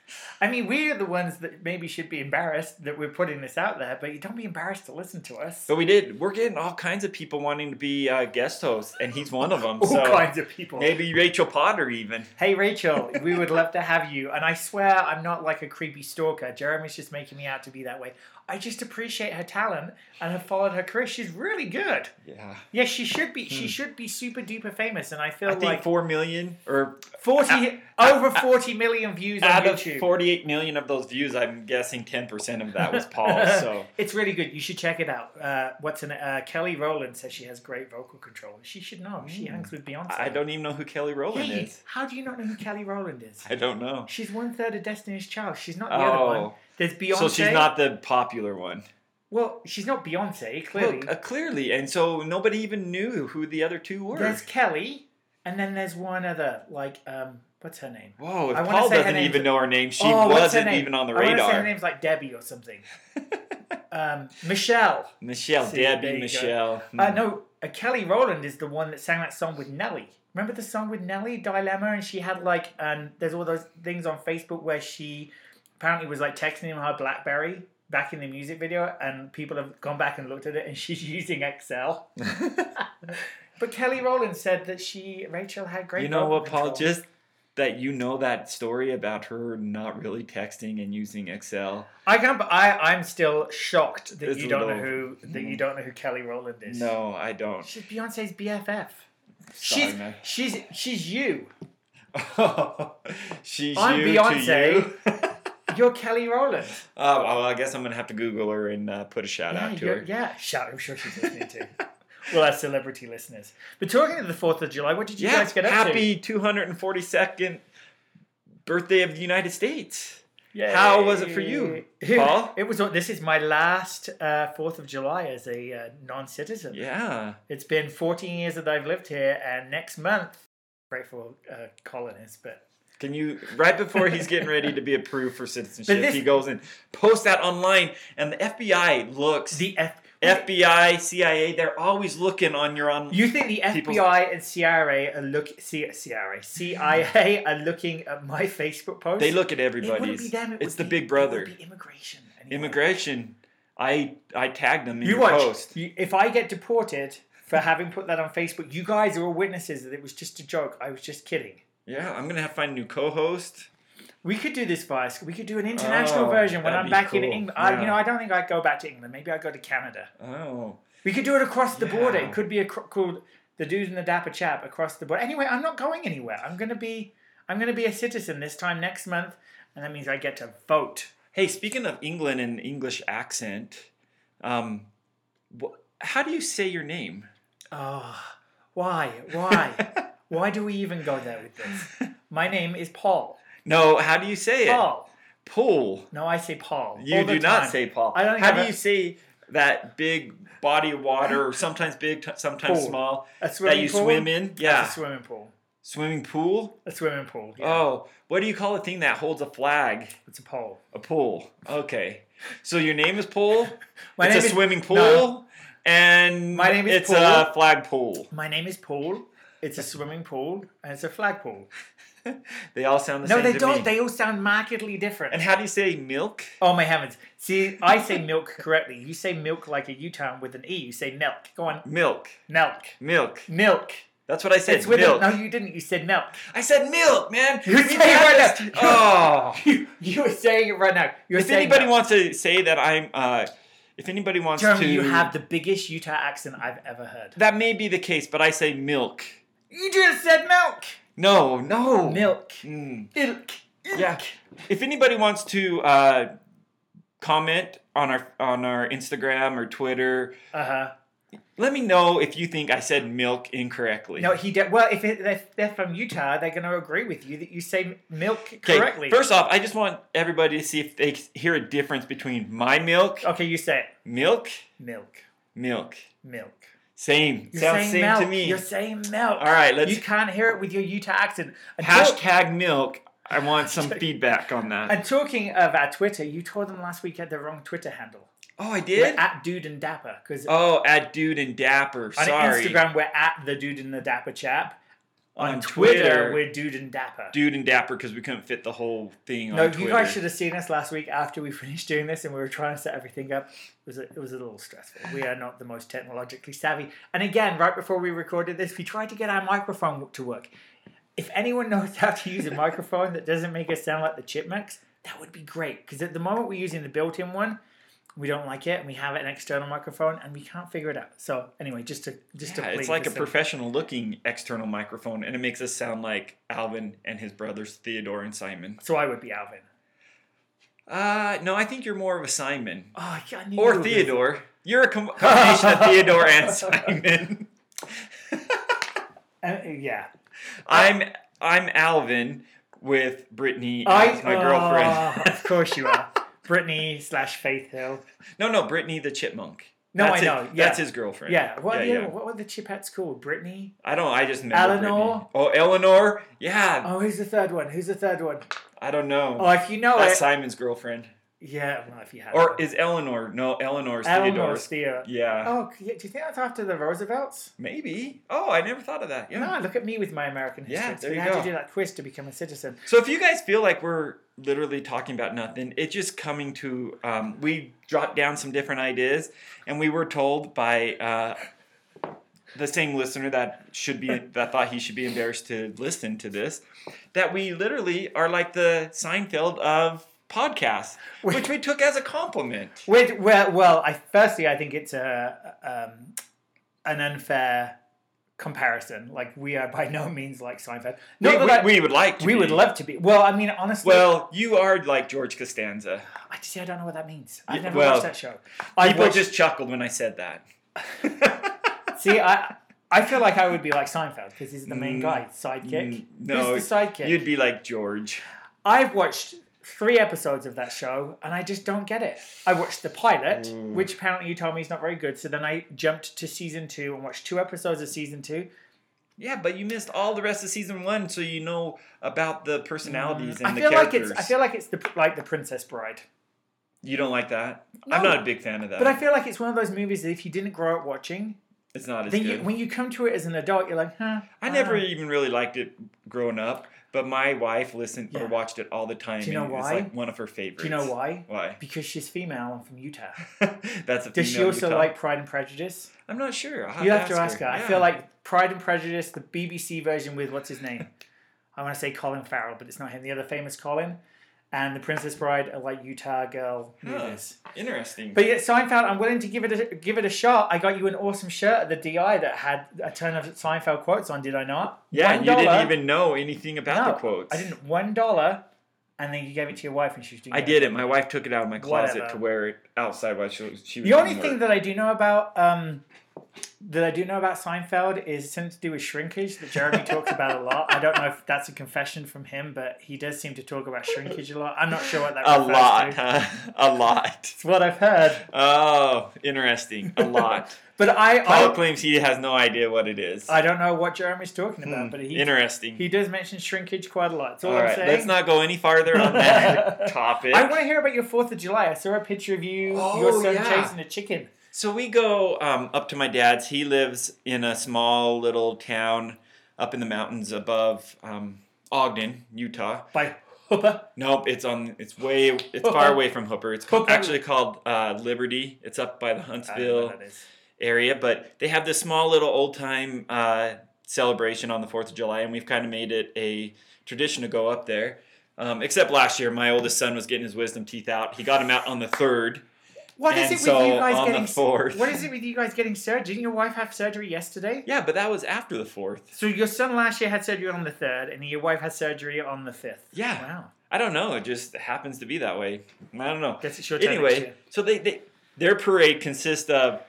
Speaker 1: I mean, we're the ones that maybe should be embarrassed that we're putting this out there, but you don't be embarrassed to listen to us.
Speaker 2: But we did. We're getting all kinds of people wanting to be uh, guest hosts, and he's one of them.
Speaker 1: All
Speaker 2: so
Speaker 1: kinds of people.
Speaker 2: maybe Rachel Potter even.
Speaker 1: Hey, Rachel, we would love to have you. And I swear I'm not like a creepy stalker. Jeremy's just making me out to be that way. I just appreciate her talent and have followed her career. She's really good.
Speaker 2: Yeah.
Speaker 1: Yeah, she should be. She should be super duper famous. And I feel
Speaker 2: Hmm. I think
Speaker 1: like
Speaker 2: four million or
Speaker 1: 40 over 40 million views on
Speaker 2: out of
Speaker 1: YouTube.
Speaker 2: forty-eight million of those views, I'm guessing ten percent of that was Paul. so
Speaker 1: It's really good. You should check it out. Uh, what's an uh, Kelly Rowland says she has great vocal control. She should know. She hangs with Beyonce.
Speaker 2: Hmm. I don't even know who Kelly Rowland
Speaker 1: Hey,
Speaker 2: is.
Speaker 1: how do you not know who Kelly Rowland is?
Speaker 2: I don't know.
Speaker 1: She's one third of Destiny's Child. She's not the other one.
Speaker 2: Oh,
Speaker 1: There's Beyonce.
Speaker 2: so she's not the popular one.
Speaker 1: Well, she's not Beyonce clearly.
Speaker 2: Look, uh, clearly, and so nobody even knew who the other two were.
Speaker 1: there's Kelly, and then there's one other. Like, um, what's her name?
Speaker 2: Whoa! If
Speaker 1: I wanna
Speaker 2: Paul
Speaker 1: say her
Speaker 2: doesn't
Speaker 1: name's-
Speaker 2: even know her name, she
Speaker 1: Oh, what's her
Speaker 2: wasn't
Speaker 1: name?
Speaker 2: even on the
Speaker 1: I wanna say her
Speaker 2: radar.
Speaker 1: name's like Debbie or something. um, Michelle.
Speaker 2: Michelle,
Speaker 1: See, there you
Speaker 2: Debbie,
Speaker 1: go.
Speaker 2: Michelle. Hmm.
Speaker 1: Uh, no, uh, Kelly Rowland is the one that sang that song with Nelly. Remember the song with Nelly, Dilemma? And she had like, um, there's all those things on Facebook where she apparently was like texting him her Blackberry back in the music video, and people have gone back and looked at it, and she's using Excel. but Kelly Rowland said that she, Rachel, had great.
Speaker 2: You know
Speaker 1: vocal
Speaker 2: what, Paul?
Speaker 1: control.
Speaker 2: Just that you know that story about her not really texting and using Excel.
Speaker 1: I can't. but I I'm still shocked that
Speaker 2: It's
Speaker 1: you don't know
Speaker 2: little-
Speaker 1: who that you don't know who Kelly Rowland is.
Speaker 2: No, I don't.
Speaker 1: she's Beyonce's BFF.
Speaker 2: Sorry,
Speaker 1: She's
Speaker 2: man.
Speaker 1: she's she's you.
Speaker 2: She's
Speaker 1: I'm
Speaker 2: you
Speaker 1: Beyonce.
Speaker 2: to you.
Speaker 1: You're Kelly Rowland.
Speaker 2: Oh, well, I guess I'm gonna have to Google her and uh, put a shout
Speaker 1: Yeah,
Speaker 2: out to
Speaker 1: you're-
Speaker 2: her.
Speaker 1: yeah. Shout! I'm sure she's listening too. well, our celebrity listeners. But talking to the Fourth of July, what did you
Speaker 2: Yeah,
Speaker 1: guys get up to?
Speaker 2: happy 242nd birthday of the United States.
Speaker 1: Yay.
Speaker 2: How was it for you, Paul?
Speaker 1: It was. This is my last uh, Fourth of July as a uh, non-citizen.
Speaker 2: Yeah.
Speaker 1: It's been 14 years that I've lived here, and next month, grateful uh, colonists, but
Speaker 2: Can you right before he's getting ready to be approved for citizenship,
Speaker 1: But this-
Speaker 2: he goes and posts that online, and the FBI looks.
Speaker 1: the F.
Speaker 2: FBI, CIA, they're always looking on your on.
Speaker 1: you think the
Speaker 2: People's-
Speaker 1: FBI and CIA are look C- CIA CIA are looking at my Facebook post?
Speaker 2: they look at
Speaker 1: It wouldn't
Speaker 2: everybody's.
Speaker 1: be them. It would
Speaker 2: it's the
Speaker 1: be-
Speaker 2: Big
Speaker 1: It
Speaker 2: Brother.
Speaker 1: would be immigration. anyway.
Speaker 2: Immigration. I I tagged them in
Speaker 1: You
Speaker 2: your
Speaker 1: watch.
Speaker 2: post.
Speaker 1: You, if I get deported for having put that on Facebook, you guys are all witnesses that it was just a joke. I was just kidding.
Speaker 2: Yeah, I'm gonna have to find a new co-host.
Speaker 1: We could do this, Vice. We could do an international
Speaker 2: Oh,
Speaker 1: version when
Speaker 2: that'd
Speaker 1: I'm
Speaker 2: be
Speaker 1: back in
Speaker 2: cool.
Speaker 1: England. I,
Speaker 2: Yeah.
Speaker 1: you know, I don't think I'd go back to England. Maybe I'd go to Canada.
Speaker 2: Oh,
Speaker 1: We could do it across the border.
Speaker 2: Yeah.
Speaker 1: It could be a, called the dude and the dapper chap across the border. Anyway, I'm not going anywhere. I'm gonna be. I'm gonna be a citizen this time next month, and that means I get to vote.
Speaker 2: hey, speaking of England and English accent, um, wh- how do you say your name?
Speaker 1: Oh, why? Why? why do we even go there with this? My name is Paul.
Speaker 2: No, how do you say it?
Speaker 1: Paul.
Speaker 2: Paul.
Speaker 1: No, I say Paul.
Speaker 2: You
Speaker 1: all the
Speaker 2: do not
Speaker 1: time.
Speaker 2: say Paul.
Speaker 1: I don't think
Speaker 2: How
Speaker 1: I've e-
Speaker 2: do
Speaker 1: ever-
Speaker 2: you say that big body of water, sometimes big, t- sometimes
Speaker 1: Pool.
Speaker 2: small,
Speaker 1: a
Speaker 2: that
Speaker 1: swimming
Speaker 2: you
Speaker 1: pool.
Speaker 2: swim in?
Speaker 1: That's
Speaker 2: Yeah,
Speaker 1: a swimming pool.
Speaker 2: swimming pool.
Speaker 1: A swimming pool. Yeah.
Speaker 2: Oh, what do you call a thing that holds a flag?
Speaker 1: It's a pole.
Speaker 2: A pool. Okay, so your name is pool.
Speaker 1: My
Speaker 2: it's
Speaker 1: name
Speaker 2: a
Speaker 1: is-
Speaker 2: swimming pool,
Speaker 1: no.
Speaker 2: and
Speaker 1: My name is
Speaker 2: it's
Speaker 1: Pool.
Speaker 2: a flag pool.
Speaker 1: My name is Paul. It's a swimming pool and it's a flagpole.
Speaker 2: They all sound the
Speaker 1: No,
Speaker 2: same.
Speaker 1: they
Speaker 2: to
Speaker 1: don't.
Speaker 2: me.
Speaker 1: They all sound markedly different.
Speaker 2: And how do you say milk?
Speaker 1: oh my heavens! See, I say milk correctly. You say milk like a U-turn with an e. You say milk. Go on,
Speaker 2: Milk,
Speaker 1: milk,
Speaker 2: milk.
Speaker 1: milk.
Speaker 2: That's what I said.
Speaker 1: It's with
Speaker 2: milk.
Speaker 1: A, no, you didn't. You said milk.
Speaker 2: I said milk, man.
Speaker 1: You
Speaker 2: We
Speaker 1: say
Speaker 2: had
Speaker 1: it right now.
Speaker 2: this- Oh.
Speaker 1: You you were saying it right now. You're
Speaker 2: if
Speaker 1: saying
Speaker 2: anybody
Speaker 1: milk.
Speaker 2: wants to say that I'm, uh, if anybody wants
Speaker 1: Jeremy,
Speaker 2: to,
Speaker 1: you have the biggest Utah accent I've ever heard.
Speaker 2: that may be the case, but I say milk.
Speaker 1: You just said milk.
Speaker 2: No, no,
Speaker 1: Milk.
Speaker 2: Mm,
Speaker 1: Ilk. Ilk.
Speaker 2: yeah. If anybody wants to uh, comment on our on our Instagram or Twitter,
Speaker 1: Uh huh.
Speaker 2: let me know if you think I said milk incorrectly.
Speaker 1: No, he did. Well, if, it, if they're from Utah, they're going to agree with you that you say milk
Speaker 2: 'Kay,
Speaker 1: correctly.
Speaker 2: First off, I just want everybody to see if they hear a difference between my milk,
Speaker 1: okay, you say it.
Speaker 2: milk,
Speaker 1: milk,
Speaker 2: milk.
Speaker 1: milk.
Speaker 2: Same.
Speaker 1: You're
Speaker 2: Sounds
Speaker 1: saying
Speaker 2: same
Speaker 1: milk.
Speaker 2: to me.
Speaker 1: You're saying milk.
Speaker 2: All right, let's
Speaker 1: You can't hear it with your Utah accent. And, talk-
Speaker 2: Hashtag milk. I want some
Speaker 1: Hashtag-
Speaker 2: feedback on that.
Speaker 1: and talking of our Twitter, you told them last week you had the wrong Twitter handle.
Speaker 2: Oh, I
Speaker 1: We're
Speaker 2: did.
Speaker 1: at Dude and Dapper because
Speaker 2: oh, at dude and dapper.
Speaker 1: on
Speaker 2: Sorry.
Speaker 1: Instagram we're at the Dude and the Dapper chap. On,
Speaker 2: on
Speaker 1: Twitter,
Speaker 2: Twitter,
Speaker 1: we're Dude and Dapper.
Speaker 2: Dude and Dapper because we couldn't fit the whole thing
Speaker 1: no,
Speaker 2: on Twitter.
Speaker 1: you guys should have seen us last week after we finished doing this and we were trying to set everything up. It was a, it was a little stressful. We are not the most technologically savvy. And again, right before we recorded this, we tried to get our microphone to work. If anyone knows how to use a microphone that doesn't make us sound like the chipmunks, that would be great. Because at the moment we're using the built-in one, we don't like it, and we have an external microphone, and we can't figure it out. So anyway, just to just to
Speaker 2: Yeah, it's
Speaker 1: plead
Speaker 2: like
Speaker 1: for
Speaker 2: a
Speaker 1: some-
Speaker 2: professional looking external microphone, and it makes us sound like Alvin and his brothers Theodore and Simon.
Speaker 1: So I would be Alvin.
Speaker 2: Uh, no, I think you're more of a Simon
Speaker 1: Oh, yeah, I knew you
Speaker 2: or
Speaker 1: were gonna-
Speaker 2: Theodore. You're a com- combination of Theodore and Simon.
Speaker 1: Uh, yeah,
Speaker 2: I'm I'm Alvin with Brittany as my
Speaker 1: Oh,
Speaker 2: girlfriend.
Speaker 1: of course you are. Brittany slash Faith Hill.
Speaker 2: no, no, Brittany the chipmunk.
Speaker 1: No, I
Speaker 2: That's his-
Speaker 1: know, yeah.
Speaker 2: That's his girlfriend.
Speaker 1: Yeah. What,
Speaker 2: yeah,
Speaker 1: yeah,
Speaker 2: yeah.
Speaker 1: what were the chipettes called? Brittany?
Speaker 2: I don't. I just remember
Speaker 1: Eleanor?
Speaker 2: Brittany. Oh, Eleanor. Yeah.
Speaker 1: Oh, who's the third one? Who's the third one?
Speaker 2: I don't know.
Speaker 1: Oh, if you know
Speaker 2: That's
Speaker 1: it.
Speaker 2: Simon's girlfriend.
Speaker 1: yeah, well, if you have
Speaker 2: Or
Speaker 1: it.
Speaker 2: is Eleanor? No, Eleanor's
Speaker 1: Eleanor's
Speaker 2: Theodore's.
Speaker 1: Theo.
Speaker 2: Yeah.
Speaker 1: Oh, c- yeah, do you think that's after the Roosevelts?
Speaker 2: Maybe. Oh, I never thought of that. Yeah.
Speaker 1: No, look at me with my American history.
Speaker 2: Yeah, there
Speaker 1: we
Speaker 2: you
Speaker 1: had
Speaker 2: go.
Speaker 1: to do that quiz to become a citizen.
Speaker 2: So if you guys feel like we're literally talking about nothing, it's just coming to. Um, we dropped down some different ideas, and we were told by uh, the same listener that should be that thought he should be embarrassed to listen to this, that we literally are like the Seinfeld of podcasts, which we took as a compliment.
Speaker 1: Wait, well, well I, firstly, I think it's a um, an unfair comparison. Like, we are by no means like Seinfeld.
Speaker 2: No,
Speaker 1: Not
Speaker 2: we,
Speaker 1: that I-
Speaker 2: we, would like. To
Speaker 1: we
Speaker 2: be.
Speaker 1: would love to be. Well, I mean, honestly.
Speaker 2: Well, you are like George Costanza.
Speaker 1: I just say I don't know what that means. I've
Speaker 2: Yeah,
Speaker 1: never
Speaker 2: well,
Speaker 1: watched that show. I
Speaker 2: People
Speaker 1: watched,
Speaker 2: just chuckled when I said that.
Speaker 1: see. I I feel like I would be like Seinfeld because he's the main guy, sidekick.
Speaker 2: Mm, no,
Speaker 1: Who's the sidekick?
Speaker 2: You'd be like George.
Speaker 1: I've watched three episodes of that show and I just don't get it. I watched the pilot,
Speaker 2: Mm.
Speaker 1: which apparently you told me is not very good. So then I jumped to season two and watched two episodes of season two.
Speaker 2: Yeah, but you missed all the rest of season one, so you know about the personalities and
Speaker 1: Mm. I
Speaker 2: the
Speaker 1: feel like
Speaker 2: characters.
Speaker 1: it's I feel like it's the like the Princess Bride.
Speaker 2: you don't like that.
Speaker 1: No.
Speaker 2: I'm not a big fan of that.
Speaker 1: But I feel like it's one of those movies that if you didn't grow up watching,
Speaker 2: it's not as
Speaker 1: then
Speaker 2: good.
Speaker 1: you, when you come to it as an adult, you're like, huh.
Speaker 2: I never
Speaker 1: ah.
Speaker 2: even really liked it growing up, but my wife listened
Speaker 1: Yeah.
Speaker 2: or watched it all the time.
Speaker 1: Do you know
Speaker 2: and
Speaker 1: why?
Speaker 2: It's like one of her favorites.
Speaker 1: Do you know why?
Speaker 2: Why?
Speaker 1: Because she's female and from Utah.
Speaker 2: That's a
Speaker 1: Does she
Speaker 2: female
Speaker 1: also
Speaker 2: Utah-
Speaker 1: like Pride and Prejudice?
Speaker 2: I'm not sure. I'll
Speaker 1: you have to ask her. I
Speaker 2: Yeah.
Speaker 1: feel like Pride and Prejudice, the BBC version with what's his name? I want to say Colin Farrell, but it's not him. The other famous Colin and the Princess Bride are like Utah girl
Speaker 2: Huh.
Speaker 1: movies.
Speaker 2: interesting.
Speaker 1: But yet Seinfeld, I'm willing to give it a, give it a shot. I got you an awesome shirt at the DI that had a ton of Seinfeld quotes on. Did I not?
Speaker 2: yeah,
Speaker 1: One
Speaker 2: you didn't
Speaker 1: dollar.
Speaker 2: even know anything about
Speaker 1: uh, No,
Speaker 2: the quotes.
Speaker 1: I didn't. One dollar, and then you gave it to your wife, and she was doing.
Speaker 2: I
Speaker 1: it.
Speaker 2: did it. My wife took it out of my closet
Speaker 1: Whatever.
Speaker 2: to wear it outside while she was. She was
Speaker 1: The only
Speaker 2: doing
Speaker 1: thing
Speaker 2: work.
Speaker 1: that I do know about um, that I do know about Seinfeld is something to do with shrinkage that Jeremy talks about a lot. I don't know if that's a confession from him, but he does seem to talk about shrinkage a lot. I'm not sure what that
Speaker 2: a
Speaker 1: refers
Speaker 2: lot,
Speaker 1: to.
Speaker 2: huh? A lot.
Speaker 1: It's what I've heard.
Speaker 2: Oh, interesting. A lot.
Speaker 1: But I
Speaker 2: Paul
Speaker 1: I,
Speaker 2: claims he has no idea what it is.
Speaker 1: I don't know what Jeremy's talking about, but he
Speaker 2: interesting.
Speaker 1: he does mention shrinkage quite a lot. That's all,
Speaker 2: Hmm, All
Speaker 1: I'm
Speaker 2: right,
Speaker 1: saying.
Speaker 2: let's not go any farther on that topic.
Speaker 1: I want to hear about your Fourth of July. I saw a picture of you,
Speaker 2: Oh,
Speaker 1: your son
Speaker 2: yeah.
Speaker 1: chasing a chicken.
Speaker 2: So we go um, up to my dad's. He lives in a small little town up in the mountains above um, Ogden, Utah.
Speaker 1: By Hooper.
Speaker 2: Nope, it's on. It's way. It's far away from Hooper. It's
Speaker 1: Hooper.
Speaker 2: actually called uh, Liberty. It's up by
Speaker 1: I
Speaker 2: the
Speaker 1: don't know
Speaker 2: Huntsville
Speaker 1: what that is.
Speaker 2: area, but they have this small little old time uh, celebration on the 4th of July, and we've kind of made it a tradition to go up there. Um, except last year, my oldest son was getting his wisdom teeth out. He got them out on the 3rd.
Speaker 1: What is
Speaker 2: And
Speaker 1: it with
Speaker 2: so
Speaker 1: you guys
Speaker 2: on the
Speaker 1: getting?
Speaker 2: fourth-
Speaker 1: What is it with you guys getting surgery? Didn't your wife have surgery yesterday?
Speaker 2: Yeah, but that was after the 4th.
Speaker 1: So your son last year had surgery on the third, and your wife had surgery on the fifth.
Speaker 2: Yeah.
Speaker 1: Wow.
Speaker 2: I don't know. It just happens to be that way. I don't know.
Speaker 1: Guess it's your turn next
Speaker 2: Anyway,
Speaker 1: year.
Speaker 2: so they, they their parade consists of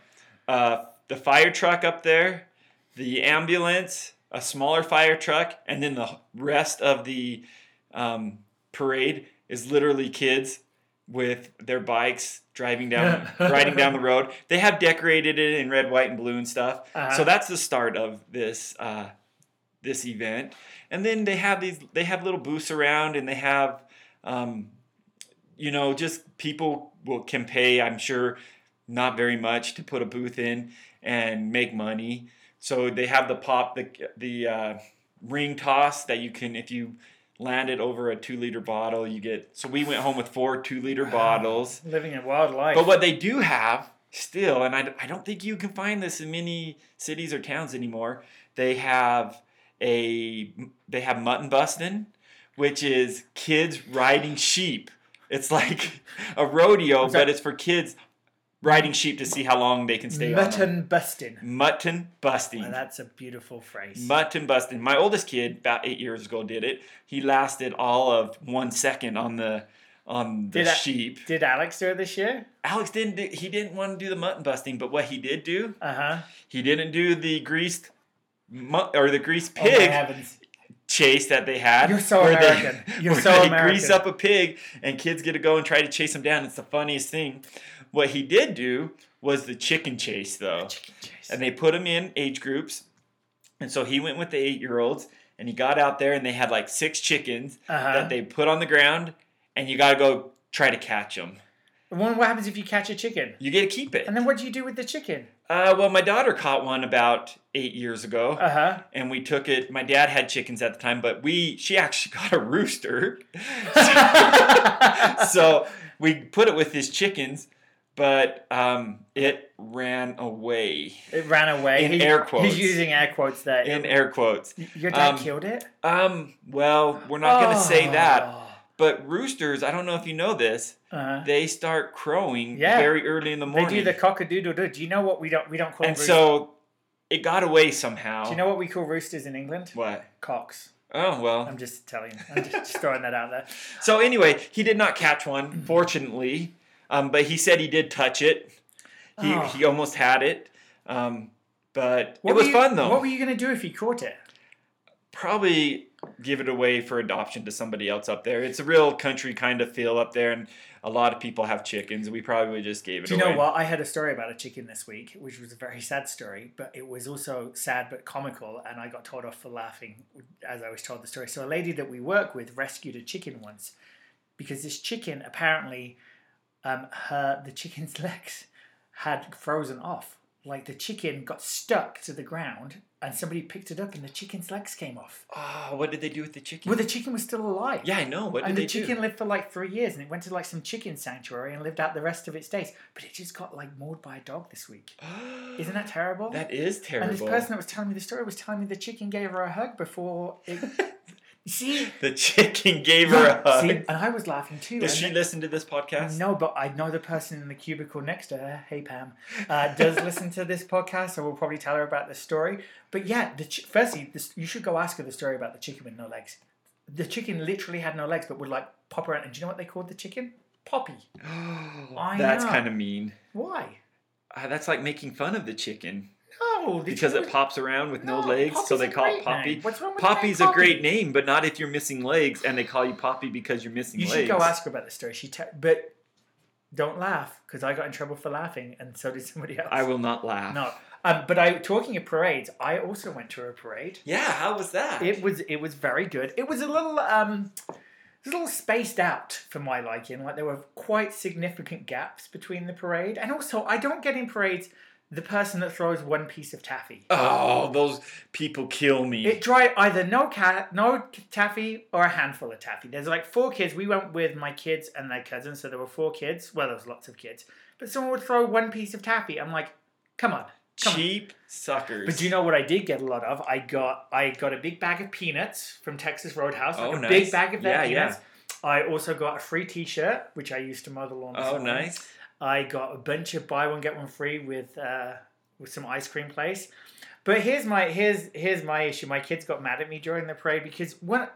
Speaker 2: uh, the fire truck up there, the ambulance, a smaller fire truck, and then the rest of the um, parade is literally kids with their bikes driving down riding down the road. They have decorated it in red, white, and blue and stuff.
Speaker 1: Uh-huh.
Speaker 2: So that's the start of this uh, this event. And then they have these they have little booths around and they have um, you know, just people will can pay, I'm sure, not very much to put a booth in and make money. So they have the pop the the uh, ring toss that you can if you land it over a two liter bottle you get so we went home with four two liter bottles
Speaker 1: Living a wild life.
Speaker 2: but what they do have still and I, I don't think you can find this in many cities or towns anymore they have a they have mutton busting which is kids riding sheep it's like a rodeo
Speaker 1: sorry.
Speaker 2: but it's for kids riding sheep to see how long they can stay on them.
Speaker 1: Mutton busting.
Speaker 2: mutton busting
Speaker 1: Now, that's a beautiful phrase.
Speaker 2: Mutton busting. My oldest kid, about eight years ago, did it. He lasted all of one second on the on the
Speaker 1: Did I-
Speaker 2: sheep.
Speaker 1: Did Alex do it this year?
Speaker 2: Alex didn't. Do, he didn't want to do the mutton busting, but what he did do,
Speaker 1: Uh huh.
Speaker 2: he didn't do the greased mu- or the greased
Speaker 1: Oh my
Speaker 2: pig
Speaker 1: heavens.
Speaker 2: chase that they had.
Speaker 1: You're so
Speaker 2: where they-
Speaker 1: American. You're
Speaker 2: where
Speaker 1: so
Speaker 2: they
Speaker 1: American.
Speaker 2: grease up a pig, and kids get to go and try to chase him down. It's the funniest thing. What he did do was the chicken chase, though
Speaker 1: Chicken chase.
Speaker 2: and they put him in age groups. And so he went with the eight year olds and he got out there and they had like six chickens
Speaker 1: Uh-huh.
Speaker 2: that they put on the ground and you got to go try to catch them.
Speaker 1: And what what happens if you catch a chicken?
Speaker 2: You get to keep it.
Speaker 1: And then what do you do with the chicken?
Speaker 2: Uh, well, my daughter caught one about eight years ago
Speaker 1: Uh huh.
Speaker 2: and we took it. My dad had chickens at the time, but we, she actually got a rooster. so we put it with his chickens, but um, it ran away
Speaker 1: It ran away.
Speaker 2: In air quotes.
Speaker 1: He's using air quotes there.
Speaker 2: in air quotes.
Speaker 1: Your dad
Speaker 2: um,
Speaker 1: killed it?
Speaker 2: Um, well, we're not going to say that,
Speaker 1: Uh
Speaker 2: but roosters, I don't know if you know this,
Speaker 1: huh.
Speaker 2: they start crowing
Speaker 1: Yeah.
Speaker 2: very early in the
Speaker 1: They
Speaker 2: morning.
Speaker 1: do the cock a doodle doo. Do you know what we don't we don't call
Speaker 2: and
Speaker 1: roosters?
Speaker 2: so it got away somehow.
Speaker 1: do you know what we call roosters in England?
Speaker 2: what?
Speaker 1: Cocks.
Speaker 2: Oh, well.
Speaker 1: I'm just telling you. I'm just, just throwing that out there.
Speaker 2: So anyway, he did not catch
Speaker 1: Mm-hmm.
Speaker 2: one, fortunately, um, but he said he did touch it. He,
Speaker 1: Oh.
Speaker 2: he almost had it. Um, but
Speaker 1: What were
Speaker 2: it was
Speaker 1: you-
Speaker 2: fun, though.
Speaker 1: What were you going to do if you caught it?
Speaker 2: probably give it away for adoption to somebody else up there. It's a real country kind of feel up there, and a lot of people have chickens. We probably just gave it
Speaker 1: Do you
Speaker 2: away.
Speaker 1: know what? I had a story about a chicken this week, which was a very sad story, but it was also sad but comical, and I got told off for laughing as I was told the story. So, a lady that we work with rescued a chicken once because this chicken apparently, um, her the chicken's legs had frozen off. Like the chicken got stuck to the ground, and somebody picked it up, and the chicken's legs came off.
Speaker 2: Oh, what did they do with the chicken?
Speaker 1: Well, the chicken was still alive.
Speaker 2: yeah, I know. What did
Speaker 1: And
Speaker 2: they
Speaker 1: the
Speaker 2: do?
Speaker 1: chicken lived for like three years and it went to like some chicken sanctuary and lived out the rest of its days. But it just got like mauled by a dog this week. Isn't that terrible?
Speaker 2: that is
Speaker 1: and
Speaker 2: terrible.
Speaker 1: this person that was telling me the story was telling me the chicken gave her a hug before it. see?
Speaker 2: the chicken gave her a hug.
Speaker 1: See? And I was laughing too.
Speaker 2: Does
Speaker 1: and
Speaker 2: she
Speaker 1: then-
Speaker 2: listen to this podcast?
Speaker 1: no, but I know the person in the cubicle next to her, hey Pam, uh, does listen to this podcast, so we'll probably tell her about this story. But yeah, the ch- firstly, this, you should go ask her the story about the chicken with no legs. The chicken literally had no legs, but would like pop around. And do you know what they called the chicken? Poppy. I
Speaker 2: that's
Speaker 1: know.
Speaker 2: kind of mean.
Speaker 1: Why?
Speaker 2: Uh, that's like making fun of the chicken
Speaker 1: No, the
Speaker 2: because it
Speaker 1: chicken-
Speaker 2: pops around with no,
Speaker 1: No,
Speaker 2: legs, so
Speaker 1: Poppy's
Speaker 2: they
Speaker 1: a
Speaker 2: call
Speaker 1: great
Speaker 2: it
Speaker 1: name.
Speaker 2: Poppy.
Speaker 1: What's wrong with the name
Speaker 2: Poppy's a
Speaker 1: Poppy?
Speaker 2: great name, but not if you're missing legs, and they call you Poppy because you're missing
Speaker 1: You
Speaker 2: legs.
Speaker 1: should go ask her about the story. She, te- but don't laugh because I got in trouble for laughing, and so did somebody else.
Speaker 2: I will not laugh.
Speaker 1: No, um, but I talking of parades. I also went to a parade.
Speaker 2: Yeah, how was that?
Speaker 1: It was it was very good. It was a little um, it was a little spaced out for my liking. Like there were quite significant gaps between the parade, and also I don't get in parades the person that throws one piece of taffy.
Speaker 2: oh, those people kill me.
Speaker 1: It tried either no cat, no taffy, or a handful of taffy. There's like four kids. We went with my kids and their cousins, so there were four kids. Well, there was lots of kids, but someone would throw one piece of taffy. I'm like, come on, come on.
Speaker 2: Cheap suckers.
Speaker 1: But do you know what I did get a lot of? I got I got a big bag of peanuts from Texas Roadhouse. Like
Speaker 2: Oh,
Speaker 1: a
Speaker 2: nice.
Speaker 1: big bag of their
Speaker 2: Yeah, yeah.
Speaker 1: peanuts. I also got a free T-shirt, which I used to mow the lawn. this
Speaker 2: oh,
Speaker 1: morning.
Speaker 2: nice.
Speaker 1: I got a bunch of buy one get one free with uh, with some ice cream place. But here's my here's here's my issue. My kids got mad at me during the parade because when,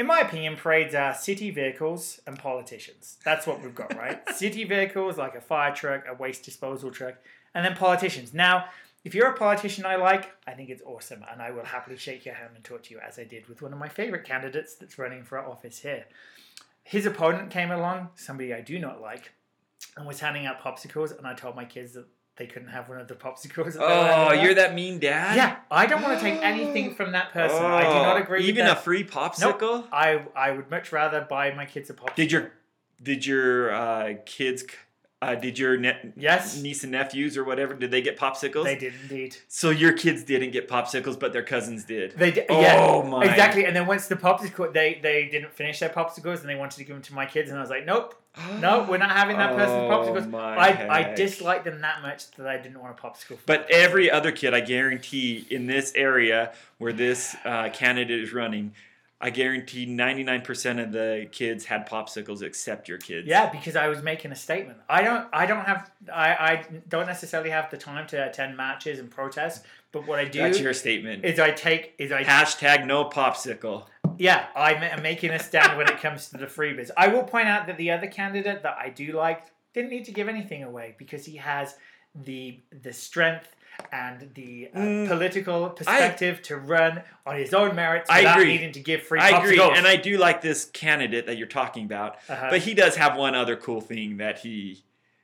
Speaker 1: in my opinion, parades are city vehicles and politicians. That's what we've got, right? city vehicles like a fire truck, a waste disposal truck, and then politicians. Now, if you're a politician I like, I think it's awesome, and I will happily shake your hand and talk to you as I did with one of my favorite candidates that's running for office here. His opponent came along, somebody I do not like, and was handing out popsicles, and I told my kids that they couldn't have one of the popsicles. That they were
Speaker 2: Oh,
Speaker 1: handing out.
Speaker 2: you're that mean dad.
Speaker 1: Yeah, I don't want to take anything from that person. I do not
Speaker 2: Oh,
Speaker 1: agree
Speaker 2: Even
Speaker 1: with
Speaker 2: a
Speaker 1: that.
Speaker 2: free popsicle?
Speaker 1: I I would much rather buy my kids a popsicle.
Speaker 2: Did your did your uh, kids c- uh, did your ne-
Speaker 1: Yes.
Speaker 2: niece and nephews or whatever did they get popsicles?
Speaker 1: They did indeed.
Speaker 2: So your kids didn't get popsicles, but their cousins did.
Speaker 1: They did.
Speaker 2: Oh,
Speaker 1: yeah,
Speaker 2: my.
Speaker 1: Exactly. And then once the popsicle, they they didn't finish their popsicles, and they wanted to give them to my kids, and I was like, nope, no, we're not having that person's
Speaker 2: Oh,
Speaker 1: popsicles.
Speaker 2: my
Speaker 1: I I
Speaker 2: heck.
Speaker 1: disliked them that much that I didn't want a popsicle.
Speaker 2: But every other kid, I guarantee, in this area where this uh, candidate is running, I guarantee 99% of the kids had popsicles except your kids.
Speaker 1: Yeah, because I was making a statement. I don't. I don't have. I, I don't necessarily have the time to attend matches and protest. But what I do
Speaker 2: That's your statement.
Speaker 1: is I take is I
Speaker 2: Hashtag no popsicle.
Speaker 1: yeah I'm, I'm making a stand when it comes to the freebies. I will point out that the other candidate that I do like didn't need to give anything away because he has the the strength and the uh,
Speaker 2: Mm.
Speaker 1: political perspective to run on his own merits
Speaker 2: I
Speaker 1: without
Speaker 2: agree.
Speaker 1: needing to give free.
Speaker 2: I agree,
Speaker 1: popsicles.
Speaker 2: and I do like this candidate that you're talking about.
Speaker 1: Uh-huh.
Speaker 2: But he does have one other cool thing that he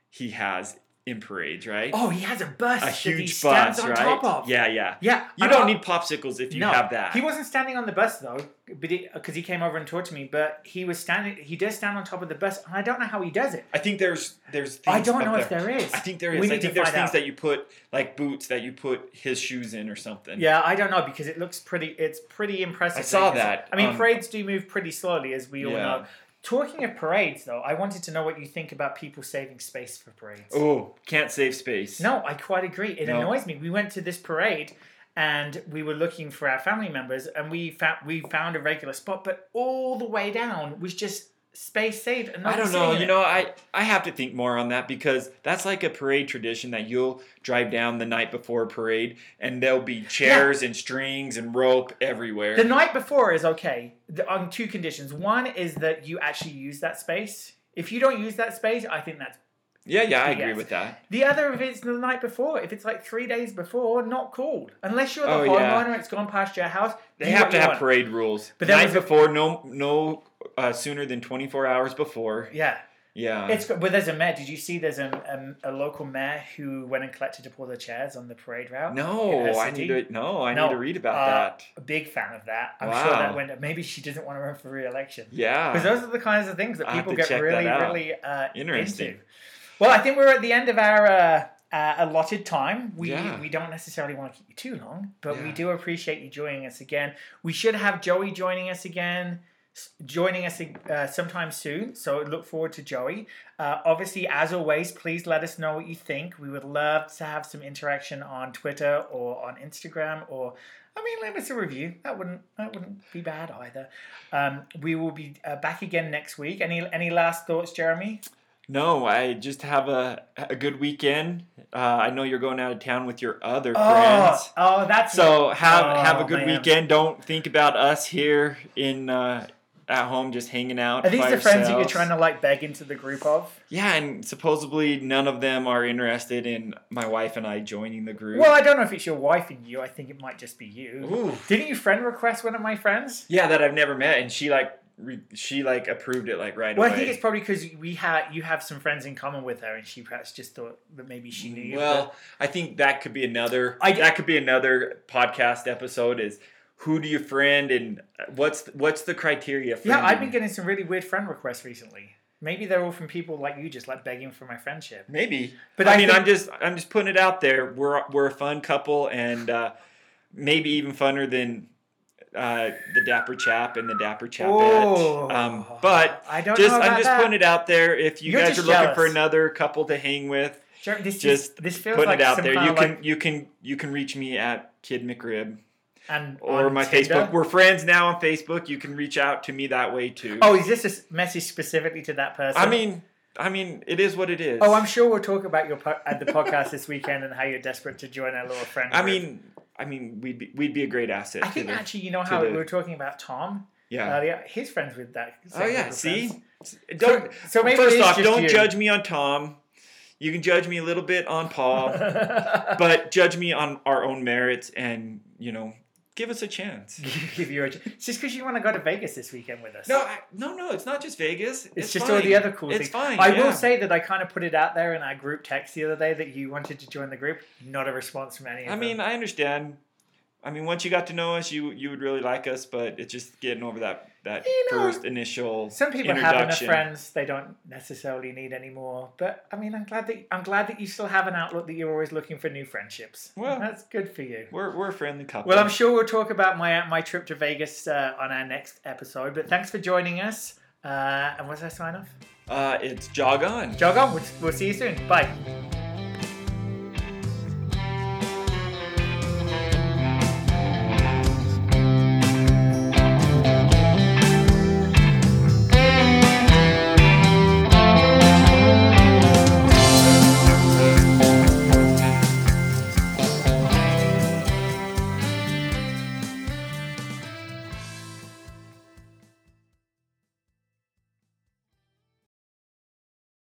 Speaker 2: he has in parades, right?
Speaker 1: oh, he has a bus.
Speaker 2: a
Speaker 1: that he
Speaker 2: huge
Speaker 1: stands
Speaker 2: bus,
Speaker 1: on
Speaker 2: right?
Speaker 1: top of.
Speaker 2: Yeah, yeah.
Speaker 1: Yeah,
Speaker 2: You
Speaker 1: I'm
Speaker 2: don't
Speaker 1: not-
Speaker 2: need popsicles if you have that.
Speaker 1: He wasn't standing on the bus though, but because he came over and talked to me, but he was standing. He does stand on top of the bus, and I don't know how he does it.
Speaker 2: I think there's there's. Things
Speaker 1: I don't
Speaker 2: up
Speaker 1: know if there is.
Speaker 2: I think there
Speaker 1: We
Speaker 2: is.
Speaker 1: need
Speaker 2: I think
Speaker 1: to
Speaker 2: there's
Speaker 1: find
Speaker 2: things
Speaker 1: out.
Speaker 2: that you put like boots that you put his shoes in or something.
Speaker 1: Yeah, I don't know because it looks pretty. It's pretty impressive.
Speaker 2: I saw
Speaker 1: because-
Speaker 2: that,
Speaker 1: I mean,
Speaker 2: um,
Speaker 1: parades do move pretty slowly, as we all
Speaker 2: Yeah.
Speaker 1: know. Talking of parades, though, I wanted to know what you think about people saving space for parades.
Speaker 2: Oh, can't save space.
Speaker 1: No, I quite agree. It
Speaker 2: No.
Speaker 1: annoys me. We went to this parade and we were looking for our family members and we found we found a regular spot, but all the way down was just space saved and
Speaker 2: I
Speaker 1: nobody
Speaker 2: don't know.
Speaker 1: sitting in
Speaker 2: You
Speaker 1: it.
Speaker 2: know, I I have to think more on that because that's like a parade tradition that you'll drive down the night before parade, and there'll be chairs and strings and rope everywhere.
Speaker 1: The night before is okay th- on two conditions. One is that you actually use that space. If you don't use that space, I think that's
Speaker 2: yeah, yeah, I agree
Speaker 1: Yes.
Speaker 2: with that.
Speaker 1: the other. If it's the night before, if it's like three days before, not cool. Unless you're the
Speaker 2: Oh,
Speaker 1: homeowner,
Speaker 2: yeah.
Speaker 1: and it's gone past your house.
Speaker 2: They
Speaker 1: do
Speaker 2: have
Speaker 1: what
Speaker 2: to
Speaker 1: you
Speaker 2: have
Speaker 1: want.
Speaker 2: parade rules.
Speaker 1: But
Speaker 2: But
Speaker 1: there
Speaker 2: night
Speaker 1: was a-
Speaker 2: before, no, no uh, sooner than 24 hours before.
Speaker 1: Yeah.
Speaker 2: Yeah.
Speaker 1: It's but there's a mayor. Did you see there's um, a, a, a local mayor who went and collected up all the chairs on the parade route? in
Speaker 2: no,
Speaker 1: her
Speaker 2: I need
Speaker 1: city?
Speaker 2: to. No, I
Speaker 1: No,
Speaker 2: need to read about
Speaker 1: uh,
Speaker 2: that.
Speaker 1: A big fan of that. I'm sure
Speaker 2: Wow.
Speaker 1: that went. Maybe she doesn't want to run for re-election because
Speaker 2: Yeah.
Speaker 1: those are the kinds of things that
Speaker 2: I'll have
Speaker 1: people
Speaker 2: to
Speaker 1: get
Speaker 2: check that
Speaker 1: really,
Speaker 2: out.
Speaker 1: really uh,
Speaker 2: Interesting.
Speaker 1: Into. Well, I think we're at the end of our. Uh, uh, allotted time. We
Speaker 2: Yeah.
Speaker 1: we don't necessarily want to keep you too long, but we
Speaker 2: Yeah.
Speaker 1: do appreciate you joining us again. We should have Joey joining us again, s- joining us uh, sometime soon. So look forward to Joey. Uh, obviously, as always, please let us know what you think. We would love to have some interaction on Twitter or on Instagram, or I mean, leave us a review. That wouldn't that wouldn't be bad either. Um, we will be uh, back again next week. Any any last thoughts, Jeremy?
Speaker 2: No, I just have a a good weekend. Uh, I know you're going out of town with your other
Speaker 1: Oh,
Speaker 2: friends.
Speaker 1: oh, that's
Speaker 2: So have have a
Speaker 1: Oh,
Speaker 2: good
Speaker 1: man.
Speaker 2: weekend. Don't think about us here in uh, at home just hanging out.
Speaker 1: Are these
Speaker 2: by
Speaker 1: the friends that you're
Speaker 2: yourselves.
Speaker 1: trying to like beg into the group of?
Speaker 2: Yeah, and supposedly none of them are interested in my wife and I joining the group.
Speaker 1: Well, I don't know if it's your wife and you. I think it might just be you.
Speaker 2: Ooh.
Speaker 1: Didn't you friend request one of my friends?
Speaker 2: Yeah, that I've never met, and she like re- she like approved it like right
Speaker 1: Well, I
Speaker 2: away.
Speaker 1: think it's probably because we had you have some friends in common with her, and she perhaps just thought that maybe she knew you.
Speaker 2: well, I think that could be another
Speaker 1: I-
Speaker 2: that could be another podcast episode is who do you friend and what's what's the criteria for
Speaker 1: yeah, I've been
Speaker 2: friending?
Speaker 1: getting some really weird friend requests recently. Maybe they're all from people like you, just like begging for my friendship.
Speaker 2: maybe
Speaker 1: But
Speaker 2: but I,
Speaker 1: I
Speaker 2: mean
Speaker 1: think-
Speaker 2: I'm just I'm just putting it out there we're we're a fun couple and uh, maybe even funner than uh, the dapper chap and the dapper
Speaker 1: Oh.
Speaker 2: chapette um, but
Speaker 1: I don't
Speaker 2: just
Speaker 1: know about
Speaker 2: I'm just
Speaker 1: that.
Speaker 2: putting it out there if you
Speaker 1: You're
Speaker 2: guys are
Speaker 1: just
Speaker 2: looking for
Speaker 1: jealous.
Speaker 2: another couple to hang with
Speaker 1: Jeremy, this
Speaker 2: just
Speaker 1: is, this feels
Speaker 2: putting
Speaker 1: like
Speaker 2: it out
Speaker 1: some
Speaker 2: there
Speaker 1: kind
Speaker 2: you
Speaker 1: of
Speaker 2: can
Speaker 1: like-
Speaker 2: you can you can reach me at kid mcrib
Speaker 1: and
Speaker 2: or
Speaker 1: on
Speaker 2: my
Speaker 1: Tinder?
Speaker 2: Facebook. We're friends now on Facebook. You can reach out to me that way too.
Speaker 1: Oh, is this a s- message specifically to that person?
Speaker 2: I mean, I mean, it is what it is.
Speaker 1: Oh, I'm sure we'll talk about your po- at the podcast this weekend and how you're desperate to join our little friend.
Speaker 2: I
Speaker 1: group.
Speaker 2: mean, I mean, we'd be, we'd be a great asset.
Speaker 1: I think
Speaker 2: to the-
Speaker 1: actually, you know
Speaker 2: to
Speaker 1: how
Speaker 2: the-
Speaker 1: we were talking about Tom
Speaker 2: yeah.
Speaker 1: earlier. His friends with that. same
Speaker 2: oh
Speaker 1: group
Speaker 2: yeah.
Speaker 1: of
Speaker 2: See,
Speaker 1: friends.
Speaker 2: don't.
Speaker 1: So- so maybe
Speaker 2: first
Speaker 1: it's
Speaker 2: off,
Speaker 1: just
Speaker 2: don't
Speaker 1: you.
Speaker 2: judge me on Tom. You can judge me a little bit on Paul, but judge me on our own merits, and you know, give us a chance.
Speaker 1: Give you a, it's just because you want to go to Vegas this weekend with us.
Speaker 2: No, I, no, no. It's not just Vegas. It's,
Speaker 1: It's, just
Speaker 2: fine.
Speaker 1: all the other cool
Speaker 2: It's
Speaker 1: things.
Speaker 2: fine.
Speaker 1: I
Speaker 2: yeah.
Speaker 1: will say that I kind of put it out there in our group text the other day that you wanted to join the group. Not a response from any of
Speaker 2: I mean,
Speaker 1: them.
Speaker 2: I understand. I mean, once you got to know us, you you would really like us, but it's just getting over that that
Speaker 1: You know,
Speaker 2: first initial.
Speaker 1: Some people have enough
Speaker 2: introduction.
Speaker 1: friends they don't necessarily need any more. But I mean, I'm glad that I'm glad that you still have an outlook that you're always looking for new friendships.
Speaker 2: Well-
Speaker 1: that's good for you.
Speaker 2: We're we're a friendly couple.
Speaker 1: Well, I'm sure we'll talk about my my trip to Vegas uh, on our next episode. But thanks for joining us. Uh, and what's our sign off?
Speaker 2: uh, it's jog on.
Speaker 1: Jog on. We'll, we'll see you soon. Bye.